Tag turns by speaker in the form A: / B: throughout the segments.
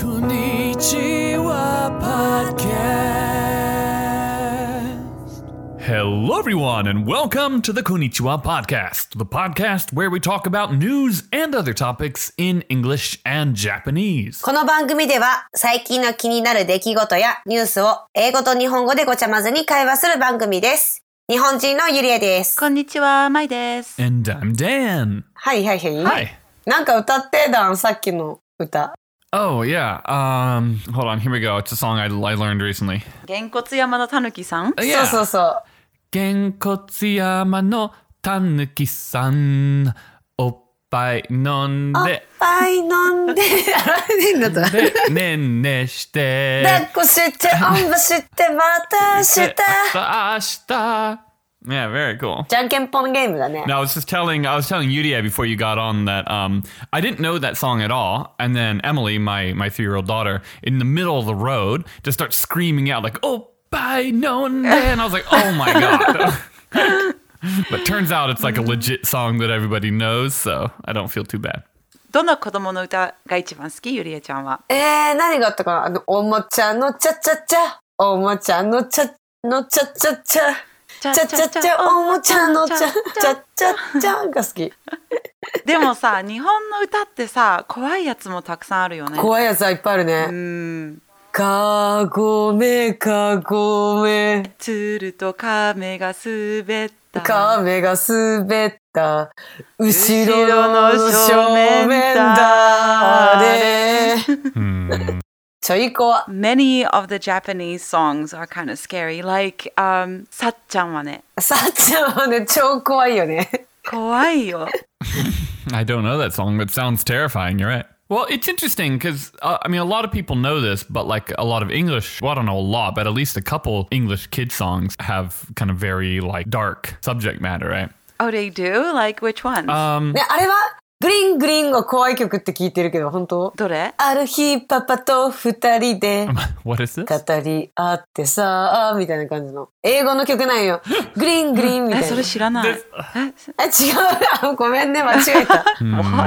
A: こんにちは、podcast.
B: Hello, everyone, and welcome to the Konnichiwa Podcast, the podcast where we talk about news and other topics in English and Japanese.
C: この番組では最近の気になる出来事やニュースを英語と日本語でごちゃまずに会話する番組です。日本人のゆりえです。
D: こんにちは、まいです。
B: And I'm Dan.
C: はいはいはい。
B: Hi.
C: なんか歌ってダン、さっきの歌。
B: Oh, yeah. Um, hold on. Here we go. It's a song I, I learned recently.
D: げんこつ山のたぬきさん
B: Uh,。yeah.
C: そうそうそう。
B: Genkotsuyama no Tanuki-san, oppai
C: Oh.
B: nonde
C: ぱい飲 んで、あれでいいんだった。抱
B: de nenne shite.
C: っこして、おんぶして、またし
B: Shite
C: た。
B: ashita. Yeah, very cool.
C: じゃんけんぽんゲームだね。
B: No, I was just telling I was telling Yudia before you got on that um, I didn't know that song at all, and then Emily, my my three year old daughter, in the middle of the road, just starts screaming out like "Oh, by no!" and I was like, "Oh my god!" but turns out it's like a legit song that everybody knows, so I don't feel too bad.
D: どの子供の歌が一番好きゆりえちゃんは。
C: えー、何があったかなあの、おもちゃのちゃちゃちゃ。おもちゃのちゃ、のちゃちゃちゃ。
D: ちゃ
C: ちゃちゃちゃ、おもちゃのちゃ、ちゃちゃちゃが好き。
D: でもさ、日本の歌ってさ、怖いやつもたくさんあるよね。
C: 怖いやつはいっぱいある
D: う
C: ね。
D: ん。
C: かごめかごめ
D: ツールとカメが滑った。
C: カメが滑った後
D: 後
C: ろ
D: ろ
C: の
D: の
C: 正
D: 正
C: 面
D: 面
C: だ
D: だ
C: れ
B: Hmm.
C: ちょいこわ
D: Many of the Japanese songs are kind of scary. Like, um, さっちゃんはね、
C: さっちゃんはね超怖いよ ね
D: 怖いよ。
B: I don't know that song, but it sounds terrifying. You're right. Well, it's interesting because uh, I mean, a lot of people know this, but like a lot of English, well, I don't know a lot, but at least a couple English kid songs have kind of very like dark subject matter, right?
D: Oh, they do? Like, which ones?
B: Um,
C: ねあれはグリングリンが怖い曲って聞いてるけど本当
D: どれ
C: ある日パパと二人で
B: what is this?
C: 語り合ってさあみたいな感じの英語の曲 なんよグリングリンみたい
D: え、
C: な
D: それ知らない。
C: あ違う なごめんね間違え た
B: Hmm.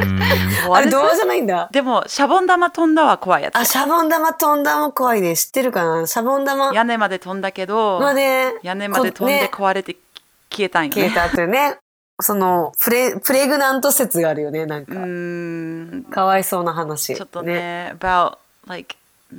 C: あ
D: あ
C: れ
D: れ
C: ど
D: ど
C: うじゃないんだ
D: でも、シャボン玉飛んだは怖いやつ。
C: あシャボン玉飛んだも怖いね知ってるかなシャボン玉
D: 屋根まで飛んだけど、
C: まで
D: 屋根まで飛んで
C: こ
D: 壊れて消えたん
C: ね
D: よ
C: 消
D: ね。
C: えた後ねそのプレプレグナント説があるよねなん
D: う
C: か、
D: ーん、
C: かわいそうな話
D: ちょっとね、about like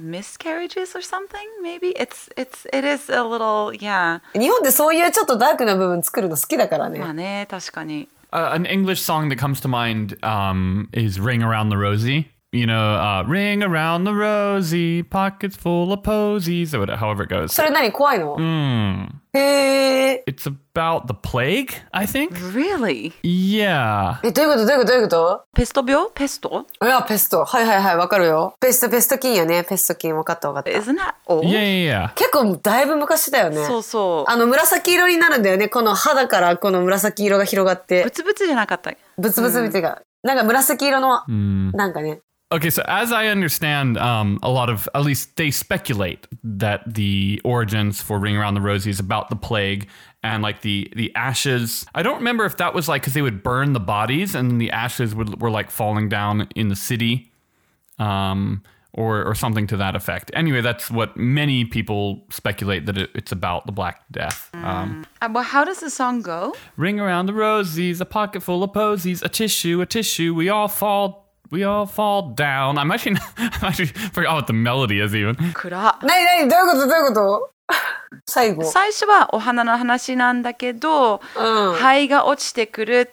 D: miscarriages or something maybe it's it's it is a little yeah
C: 日本でそういうちょっとダークな部分作るの好きだからね、
D: まあね確かに
B: Uh, an English song that comes to mind um, is "Ring Around the Rosie." You know, uh, "Ring Around the Rosie," pockets full of posies, or whatever, however it goes.
C: それ何怖いの、
B: Hmm.
C: へえ
B: It's about the plague, I think.
D: Mm-hmm. really
B: Yeah.
C: えどういうことどういうことどういうこ
D: ペスト病ペスト
C: といやペストはいはいはいわかるよペストペスト菌よねペスト菌わかったわかった
D: isn't that old
B: Yeah, yeah, yeah.
C: 結構だいぶ昔だよね
D: そうそう
C: あの紫色になるんだよねこの肌からこの紫色が広がっ
D: ブ
C: て
D: ツブツじゃなかった
C: ブツブツみたいな、なんか紫色のなんかね
B: Okay, so as I understand, um, a lot of, at least they speculate that the origins for Ring Around the Rosie is about the plague and like the, the ashes. I don't remember if that was like because they would burn the bodies and the ashes would, were like falling down in the city um, or, or something to that effect. Anyway, that's what many people speculate that it, it's about the Black Death. Um,
D: Uh, well, how does the song go?
B: Ring around the rosies, a pocket full of posies, a tissue, a tissue. We all fall, we all fall down. I'm actually, I'm actually forgot what the melody is even.
D: 暗
C: なになにどういうことどういうこと 最後
D: 最初はお花の話なんだけど、
C: うん
D: 灰が落ちてくる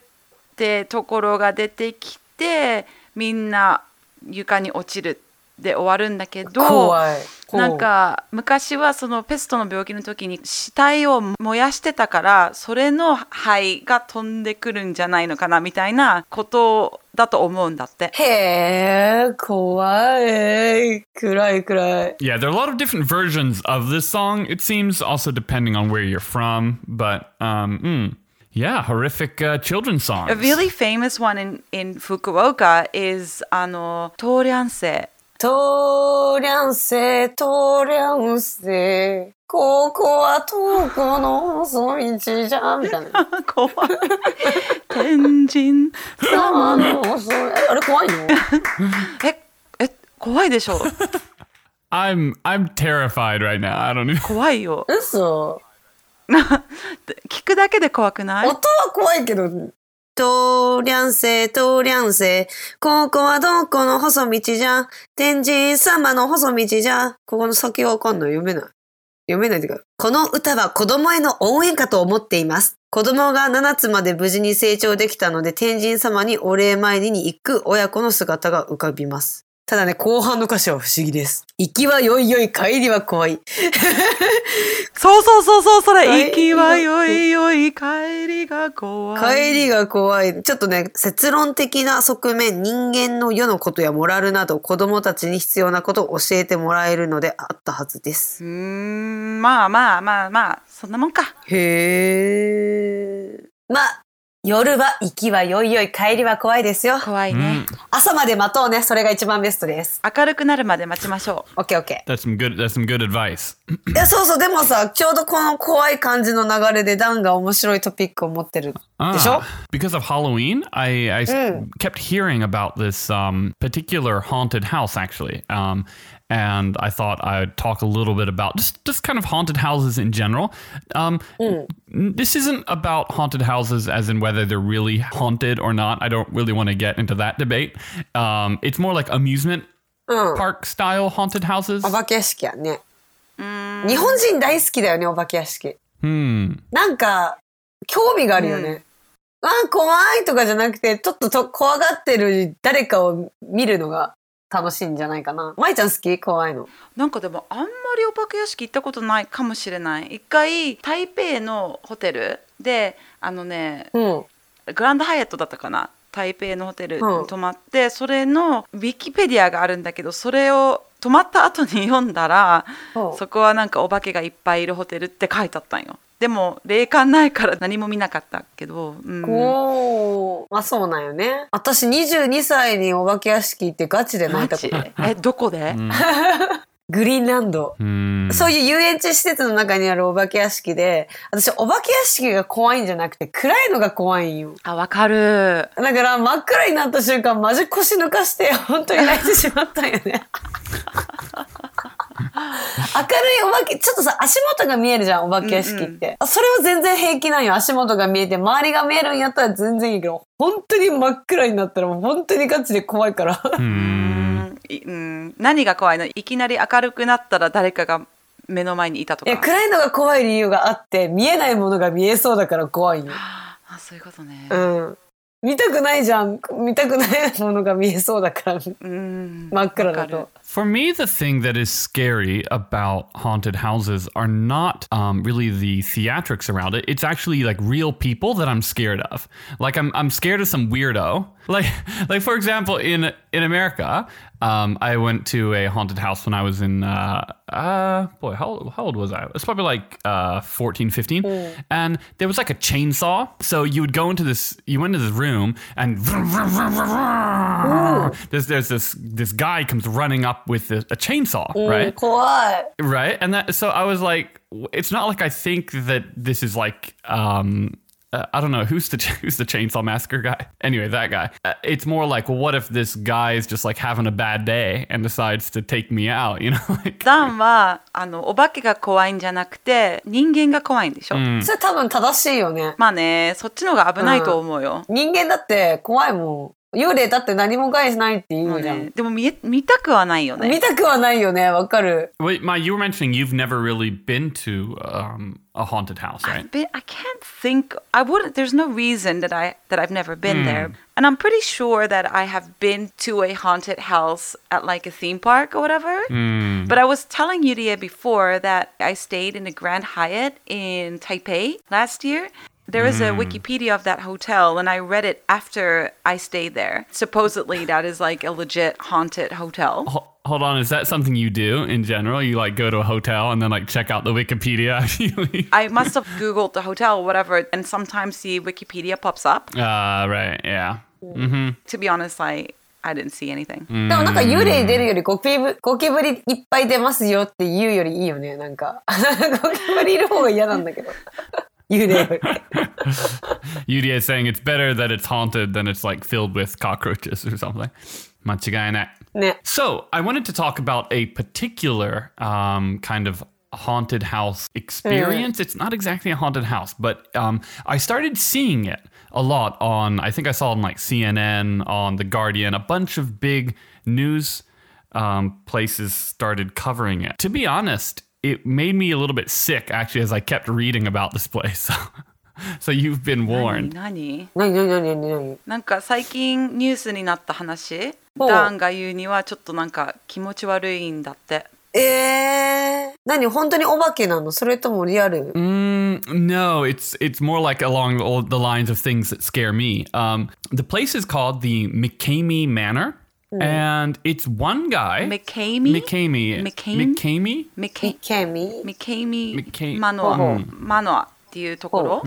D: ってところが出てきてみんな床に落ちるで終わるんだけど
C: 怖い
D: なんか昔はそのペストの病気の時に死体を燃やしてたからそれの灰が飛んでくるんじゃないのかなみたいなことだと思うんだって。
C: へえ怖い暗い暗い
B: Yeah, there are a lot of different versions of this song. It seems also depending on where you're from, but um, mm, yeah, horrific uh, children's songs.
D: A really famous one in, in Fukuoka is あのトーリャンセ
C: とりゃんせとりゃんせここは遠くの細道じゃんみたいな
D: 怖い天神
C: あのそれあれ怖いの
D: ええ怖いでしょ
B: I'm I'm terrified right now. I don't know.
D: 怖いよ
C: 嘘。
D: 聞くだけで怖くない
C: 音は怖いけど。とりゃんせい、とりゃんせい。ここはどこの細道じゃ。天神様の細道じゃ。ここの先はわかんない。読めない。読めないっていうか。この歌は子供への応援歌と思っています。子供が7つまで無事に成長できたので、天神様にお礼参りに行く親子の姿が浮かびます。ただね、後半の歌詞は不思議です。行きはよいよい、帰りは怖い。
D: そうそうそうそうそ
C: は
D: れ
C: い
D: 行きはよいよい帰りが怖い
C: 帰りが怖い。ちょっとね、説論的な側面、人間の世のことやモラルなど、子供たちに必要なことを教えてもらえるのであったはずです。
D: うーんまあまあまあまあそんなもんか
C: へえ。まあ、夜は行きはよいよい、帰りは怖いですよ。
D: 怖い
B: Mm,
D: ね、
C: 朝まで待とうね。それが一番ベストです。
D: 明るくなるまで待ちましょ
C: オッケーオッケ
B: that's some good. That's some good advice.
C: ー。いや、そうそう。でもさ、ちょうどこの怖い感じの流れで、ダンが面白いトピックを持ってる。でし
B: Ah,
C: ょ
B: because of Halloween, I, I s- kept hearing about this um, particular haunted house, actually. Um, and I thought I would talk a little bit about just, just kind of haunted houses in general. Um, n- This isn't about haunted houses as in whether they're really haunted or not. I don't really want to get into that debate. Um, it's more like amusement park style haunted houses.
C: お化け屋敷やね。日本人大好きだよね、お化け屋敷。
B: Hmm.
C: なんか、興味があるよね。あー怖いとかじゃなくて、ちょっとと怖がってる誰かを見るのが楽しいんじゃないかな。舞ちゃん好き怖いの。
D: うなんかでもあんまりお化け屋敷行ったことないかもしれない一回台北のホテルであのね
C: うん。
D: グランドハイアットだったかな台北のホテルに
C: うん
D: 泊まって、それのウィキペディアがあるんだけどそれを泊まった後に読んだら、
C: うん
D: そこはなんかお化けがいっぱいいるホテルって書いてあったんよでも霊感ないから何も見なかったけど、うん、
C: おー。まあそうなんよね。私22歳にお化け屋敷行ってガチで泣
D: マ
C: いたこ
D: ジ
C: と。
D: えどこで、
C: グリーンランド。
B: Hmm.
C: そういう遊園地施設の中にあるお化け屋敷で、私お化け屋敷が怖いんじゃなくて暗いのが怖いんよ。
D: あわかる
C: だから真っ暗になった瞬間マジ腰抜かして 本当に泣いてしまったんよね 明るいお化けちょっとさ足元が見えるじゃんお化け屋敷って、あそれは全然平気なんよ足元が見えて周りが見えるんやったら全然いいけど本当に真っ暗になったらもう本当にガチで怖いから
D: うんいうん、何が怖いのいきなり明るくなったら誰かが目の前にいたと
C: い
D: か
C: や暗いのが怖い理由があって見えないものが見えそうだから怖いんよ
D: あそういうことね
C: うん見たくないじゃん見たくないものが見えそうだから
D: うん
C: 真っ暗だ
D: わ
C: と
D: か
B: For me, the thing that is scary about haunted houses are not um, really the theatrics around it. It's actually like real people that I'm scared of. Like I'm, I'm scared of some weirdo. Like, like for example, in in America, um, I went to a haunted house when I was in, uh, uh, boy, how, old- how old was I? It was probably like uh, 14, 15. And there was like a chainsaw. So you would go into this, you went into this room and vroom, vroom, vroom, vroom, vroom. there's, there's this, this guy comes running up with a, a chainsaw,
C: うん
B: right?
C: 怖い
B: Right. And that, so I was like, w- it's not like I think that this is like, um, uh, I don't know who's the who's the chainsaw massacre guy. Anyway, that guy. Uh, it's more like, well, what if this guy is just like having a bad day and decides to take me out? You know, like
D: ダンはあのお化けが怖いんじゃなくて人間が怖いんでしょ、
C: それ多分正しいよね
D: まあねそっちの方が危ないと思うよ、
C: 人間だって怖いもん幽霊だって何も害しないって言
D: もう
C: うじゃん、
D: ね、でも見え見たくはないよね
C: 見たくはないよねわかる
B: Wait, Ma, you were mentioning you've never really been to um, a haunted house, right?
D: I've been, I can't think. I wouldn't. There's no reason that I that I've never been there, and I'm pretty sure that I have been to a haunted house at like a theme park or whatever. But I was telling Yuria before that I stayed in the Grand Hyatt in Taipei last year. There is a Wikipedia of that hotel, and I read it after I stayed there. Supposedly, that is like a legit haunted hotel.
B: Ho- hold on, is that something you do in general? You like go to a hotel and then like check out the Wikipedia after you leave?
D: I must have Googled the hotel, whatever, and sometimes the Wikipedia pops up.
B: Uh, right, yeah.
D: to be honest, I I didn't see anything.
C: でもなんか幽霊出るよりゴキブゴキブリいっぱい出ますよって言うよりいいよねなんか ゴキブリいる方が嫌なんだ けど幽霊より
B: UDA is saying it's better that it's haunted than it's like filled with cockroaches or something. 間違いない。
C: ね。
B: So, I wanted to talk about a particular um, kind of haunted house experience. It's not exactly a haunted house, but um, I started seeing it a lot on, I think I saw it on like CNN, on The Guardian, a bunch of big news um, places started covering it. To be honest, it made me a little bit sick actually as I kept reading about this place. so, you've been warned.
D: 何
C: なになになになに
D: なんか最近ニュースになった話
C: ほう
D: ダンが言うにはちょっとなんか気持ち悪いんだって
C: えー、何本当にお化けなのそれともリアル、
B: Mm, no, it's it's more like along all the lines of things that scare me. Um, the place is called the McCamey Manor, and it's one guy.
D: McCamey?
B: McCamey.
D: McCain?
B: McCamey?
D: ミケ
C: ミケミ
D: ミケイミ
B: McCamey
D: マノア
C: ほうほ
D: マノアっていうところ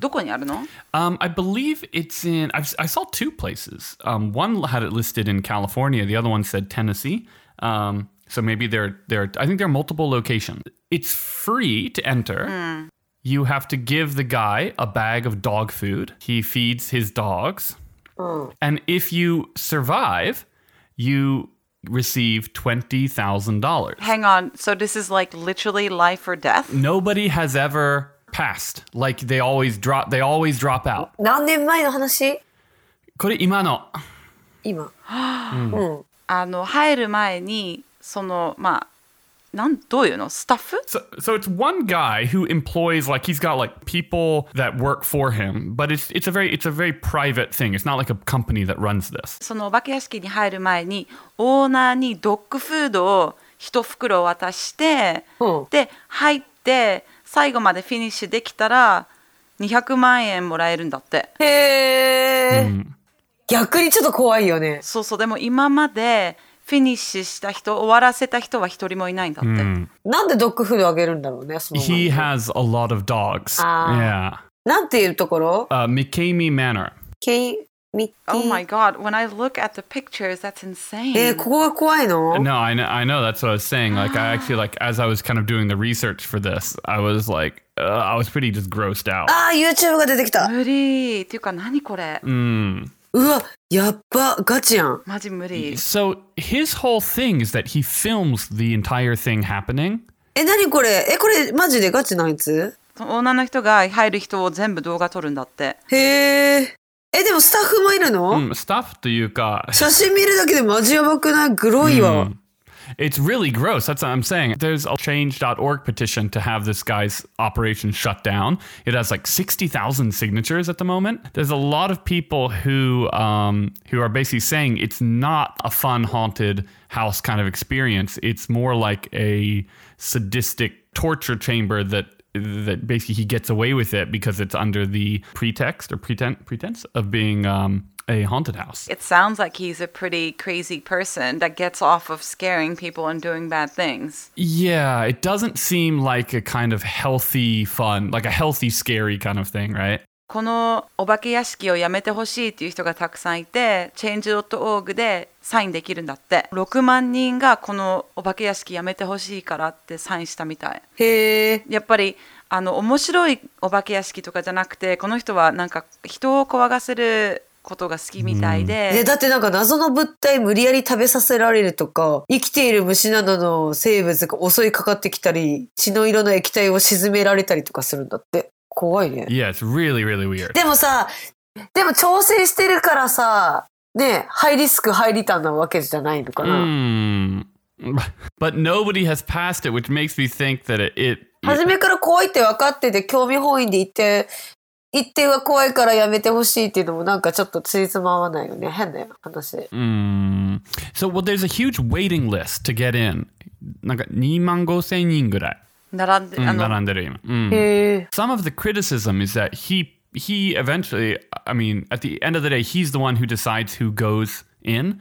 D: どこにあるの
B: Um, I believe it's in. I've, I saw two places. Um, one had it listed in California. The other one said Tennessee. Um, so maybe there, there. I think there are multiple locations. It's free to enter. You have to give the guy a bag of dog food. He feeds his dogs, and if you survive, you receive twenty thousand dollars.
D: Hang on so this is like literally life or death
B: Nobody has ever passed. Like they always drop. They always drop out.
C: 何年前の話
B: これ今の
C: 今。
D: あの入る前にそのまあなんどういうのスタッフ
B: So, so it's one guy who employs like he's got like people that work for him, but it's it's a very it's a very private thing. It's not like a company that runs this.
D: そのお化け屋敷に入る前にオーナーにドッグフードを一袋渡して、
C: うん
D: で入って最後までフィニッシュできたら200万円もらえるんだって
C: へえ、逆にちょっと怖いよね。
D: そうそうでも今までフィニッシュした人終わらせた人は一人もいないんだって、
C: なんでドッグフードあげるんだろうね、その前
B: He
C: に
B: has a lot of dogs.
C: Oh Ah.なんていうところ
B: Yeah. Uh, Mikami Manor.
C: ケイミッキー。
D: Oh my god when I look at the pictures that's insane
C: えー、ここが怖いの
B: No, I know, I know. That's what I was saying. Like I actually like as I was kind of doing the research for this, I was like, uh, I was pretty just grossed out.
C: あー、YouTube が出てきた。
D: 無理っていうか何これ
B: Mm.
C: うわ、やっば、ガチやん。
D: マジ無理
B: So his whole thing is that he films the entire thing happening.
C: え、なにこれえ、これマジでガチなやつ
D: その女の人が入る人を全部動画撮るんだって
C: へえ。え、でもスタッフもいるの、
B: Mm, stuff do you got?
C: 写真見るだけでマジやばくないグロいわ。
B: It's really gross. That's what I'm saying. There's a change.org petition to have this guy's operation shut down. It has like 60,000 signatures at the moment. There's a lot of people who um, who are basically saying it's not a fun haunted house kind of experience. It's more like a sadistic torture chamber that that basically he gets away with it because it's under the pretext or pretense pretense of being um, a haunted house.
D: It sounds like he's a pretty crazy person that gets off of scaring people and doing bad things.
B: Yeah, it doesn't seem like a kind of healthy fun, like a healthy scary kind of thing, right?
D: このお化け屋敷をやめてほしいっていう人がたくさんいて、change.org でサインできるんだって。6万人がこのお化け屋敷やめてほしいからってサインしたみたい。
C: へえ。
D: やっぱりあの面白いお化け屋敷とかじゃなくて、この人はなんか人を怖がせることが好きみたいで。
C: え、だってなんか謎の物体無理やり食べさせられるとか、生きている虫などの生物が襲いかかってきたり、血の色の液体を沈められたりとかするんだって。怖いね。
B: Yeah, it's really, really weird.
C: でもさ、でも挑戦してるからさ、ね、ハイリスク、ハイリターンなわけじゃないのかな。
B: Mm. But nobody has passed it, which makes me think that it. it
C: 初めから怖いって分かってて、興味本位で言って、一定は怖いからやめてほしいっていうのもなんかちょっとついつま合わないよね。変だよ、話。
B: Mm. So, well, there's a huge waiting list to get in. なんか2万5千人ぐらい。
D: 並
B: Hmm,
D: んで、あの、
B: 並んでる今。うん。
C: へえ。
B: some of the criticism is that he he eventually i mean at the end of the day he's the one who decides who goes in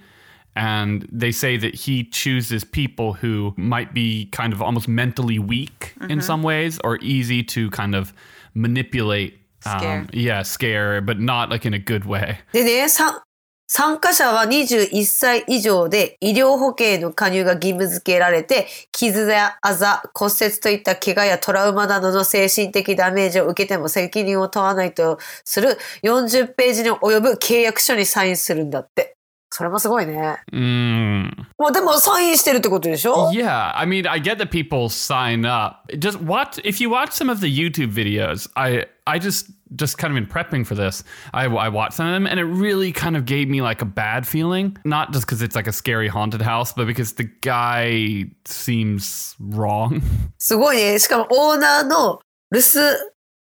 B: and they say that he chooses people who might be kind of almost mentally weak in some ways or easy to kind of manipulate um,
D: Scare.
B: yeah scare but not like in a good way
C: でね、さ参加者は21歳以上で医療保険の加入が義務付けられて、傷やあざ、骨折といった怪我やトラウマなどの精神的ダメージを受けても責任を問わないとする40ページに及ぶ契約書にサインするんだって。それもすごいね。
B: Mm.
C: Well, でもサインしてるってことでしょ
B: Yeah, I mean, I get that people sign up. Just watch if you watch some of the YouTube videos. I I just just kind of in prepping for this, I, I watched some of them, and it really kind of gave me like a bad feeling. Not just because it's like a scary haunted house, but because the guy seems wrong.
C: すごいね。しかもオーナーのルス・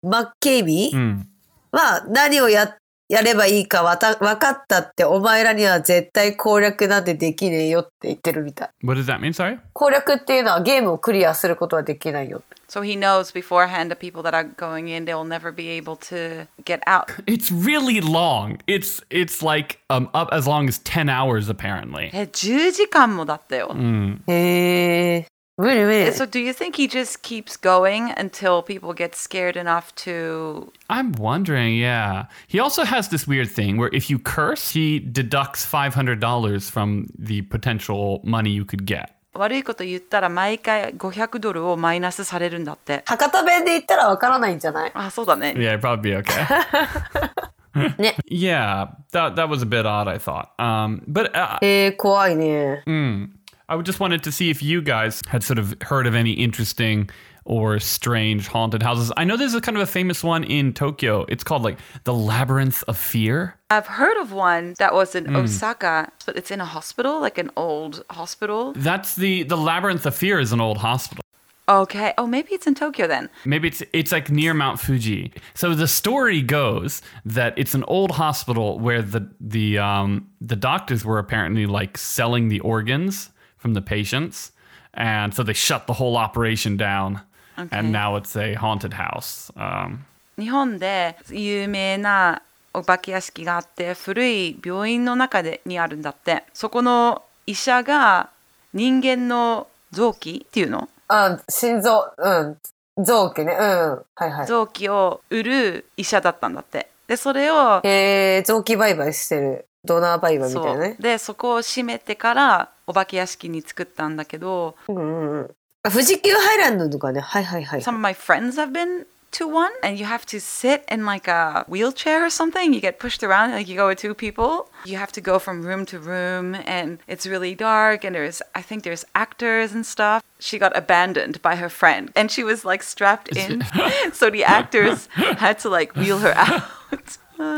C: マッケイビー
B: Mm.
C: は何をややればいいかわた分かったってお前らには絶対攻略なんてできねえよって言ってるみたい。
B: What does that mean? Sorry.
C: 攻略っていうのはゲームをクリアすることはできないよ。
D: So he knows beforehand the people that are going in, they'll never be able to get out.
B: It's really long. It's it's like um up as long as ten hours apparently.
D: え、10時間もだったよ。
C: へえ。無理無理。
D: So do you think he just keeps going until people get scared enough to
B: I'm wondering, yeah. He also has this weird thing where if you curse, he deducts $500 from the potential money you could get.
D: 悪いこと言ったら毎回500ドルをマイナスされるんだって。
C: 博多弁で言ったらわからないんじゃない
D: あ、そうだね。
B: Yeah, it'd probably be okay.
C: Yeah.
B: yeah, that that was a bit odd, I thought. Um, but uh,
C: えー、怖いね。
B: mm, I would just wanted to see if you guys had sort of heard of any interesting or strange haunted houses. I know there's a kind of a famous one in Tokyo. It's called like the Labyrinth of Fear.
D: I've heard of one that was in
B: Mm.
D: Osaka, but it's in a hospital, like an old hospital.
B: That's the the Labyrinth of Fear is an old hospital.
D: Okay. Oh, maybe it's in Tokyo then.
B: Maybe it's it's like near Mount Fuji. So the story goes that it's an old hospital where the the um, the doctors were apparently like selling the organs from the patients, and so they shut the whole operation down.
D: Okay.
B: And now it's a haunted house. Um,
D: 日本で有名なお化け屋敷があって古い病院の中でにあるんだってそこの医者が人間の臓器っていうの
C: うん、心臓、うん、臓器ね。うん。はいはい。
D: 臓器を売る医者だったんだってでそれを
C: えー、臓器売買してる。ドナー売買みた
D: そ
C: いうなね。
D: でそこを閉めてからお化け屋敷に作ったんだけど
C: うんうんうん。あ富士急ハイランドとかね。はいはいはい。
D: Some of my friends have been to one and you have to sit in like a wheelchair or something. You get pushed around like you go with two people. You have to go from room to room and it's really dark and there's I think there's actors and stuff. She got abandoned by her friend and she was like strapped in. so the actors had to like wheel her out.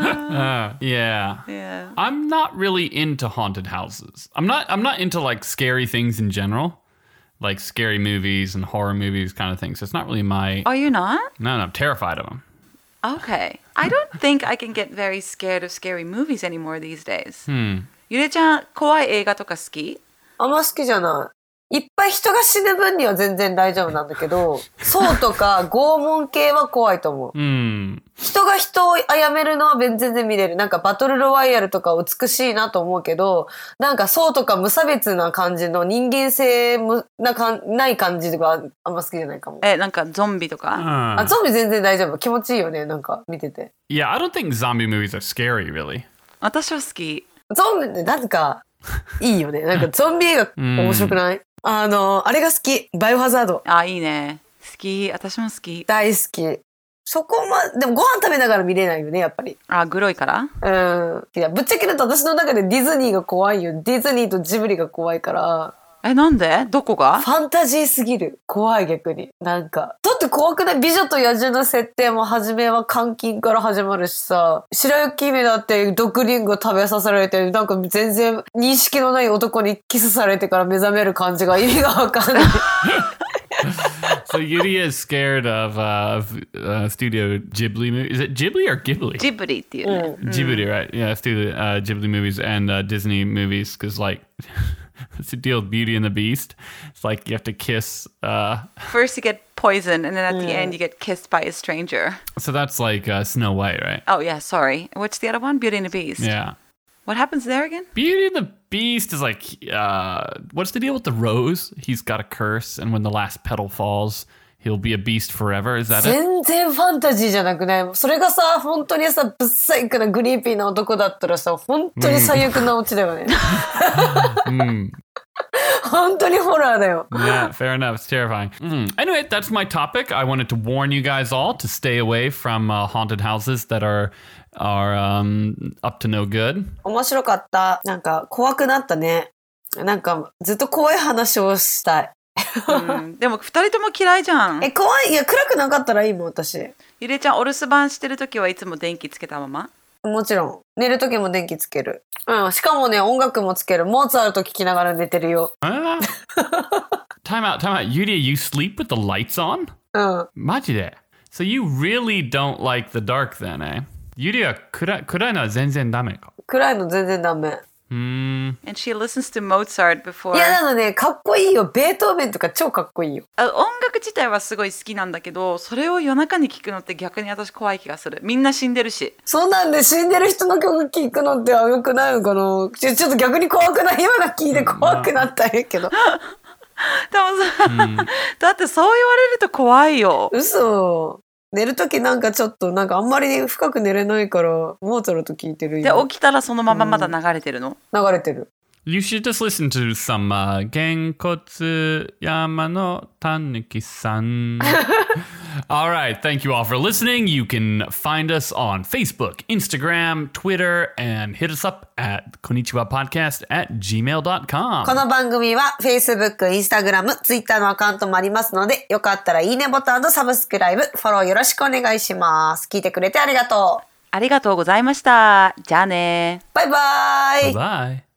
B: uh, yeah.
D: yeah.
B: I'm not really into haunted houses. I'm not I'm not into like scary things in general. Like scary movies and horror movies kind of things. So it's not really my
D: Are you not?
B: no, no, I'm terrified of them.
D: Okay. I don't think I can get very scared of scary movies anymore these days. You ゆれちゃん、怖い映画とか好き
C: あんま好きじゃない。いっぱい人が死ぬ分には全然大丈夫なんだけど、そうとか拷問系は怖いと思う。
B: Hmm.
C: 人が人を殺めるのは全然見れる。なんかバトルロワイヤルとか美しいなと思うけど、なんかそうとか無差別な感じの人間性むなかんない感じがあんま好きじゃないかも。
D: え、なんかゾンビとか、
B: Uh.
C: あ、ゾンビ全然大丈夫。気持ちいいよね、なんか見てて。
B: Yeah, I don't think zombie movies are scary, really.
D: 私は好き。
C: ゾンビってなんか、いいよね。なんかゾンビ映画面白くないあの、あれが好き。バイオハザード。
D: あ、いいね。好き。私も好き。
C: 大好き。そこま、でもご飯食べながら見れないよね、やっぱり。
D: あ、グロいから
C: うん。いや、ぶっちゃけると私の中でディズニーが怖いよ。ディズニーとジブリが怖いから。
D: え、なんでどこが
C: ファンタジーすぎる。怖い逆に。なんか。だって怖くない美女と野獣の設定も初めは監禁から始まるしさ。白雪姫だって毒リンゴ食べさせられて、なんか全然認識のない男にキスされてから目覚める感じが意味がわかんない。
B: So Yuri is scared of, uh, of uh, Studio Ghibli movies. Is it Ghibli or Ghibli?
D: ジブリっていうね。
B: Ghibli, right? Yeah, Studio uh, Ghibli movies and uh, Disney movies, because like. It's the deal with Beauty and the Beast. It's like you have to kiss. Uh,
D: First you get poisoned and then at the end you get kissed by a stranger.
B: so that's like uh, Snow White, right?
D: Oh yeah, sorry. What's the other one? Beauty and the Beast.
B: Yeah.
D: What happens there again?
B: Beauty and the Beast is like, uh, what's the deal with the rose? He's got a curse, and when the last petal falls, he'll be a beast forever. Is that it?
C: 全然ファンタジーじゃなくないそれがさ、本当にさ、ぶっさいくなグリーピーな男だったらさ、本当に最悪なオチだよね。本当にホラーだよ。
B: yeah, fair enough. It's terrifying. Mm. Anyway, that's my topic. I wanted to warn you guys all to stay away from uh, haunted houses that are are um, up to no good.
C: 面白かった。なんか怖くなったね。なんかずっと怖い話をしたい。
D: うんでも二人とも嫌いじゃん
C: え、怖い。いや、暗くなかったらいいもん、私。
D: ゆりえちゃんお留守番してる時はいつも電気つけたまま
C: もちろん。寝る時も電気つける。うん。しかもね、音楽もつける。モーツァルト聴きながら寝てるよ。
B: Ah. time out, time out. Yuria, you sleep with the lights on?
C: うん。
B: Majide. So you really don't like the dark then, eh? Yuria, kura, kurai na zenzen dame ka.
C: 暗いの全然ダメ。
B: Hmm.
D: And she listens to Mozart before
C: いや、なのね、かっこいいよ。ベートーベンとか超かっこいいよ。
D: あ音楽自体はすごい好きなんだけどそれを夜中に聞くのって逆に私怖い気がするみんな死んでるし
C: そうなんで、死んでる人の曲聴くのっては良くないのかなちょちょっと逆に怖くない今の聞いて怖くなったんやけ ど。
D: でもさ、だってそう言われると怖いよ
C: 嘘。寝る時なんかちょっと、なんかあんまり深く寝れないから、モーツァルト聴いてる
D: で
C: よ。
D: 起きたらそのまままだ流れてるの、
C: 流れてる。
B: You should just listen to some uh, Genkotsu Yama no Tanuki san. all right. Thank you all for listening. You can find us on Facebook, Instagram, Twitter, and hit us up at konnichiwa podcast at
C: こ
B: gmail.com.
C: の番組は Facebook、Instagram、Twitter のアカウントもありますので、よかったらいいねボタンとサブスクライブ、フォローよろしくお願いします。聞いてくれてありがとう。
D: ありがとうございましたじゃあね
C: バイバイ。
B: Bye.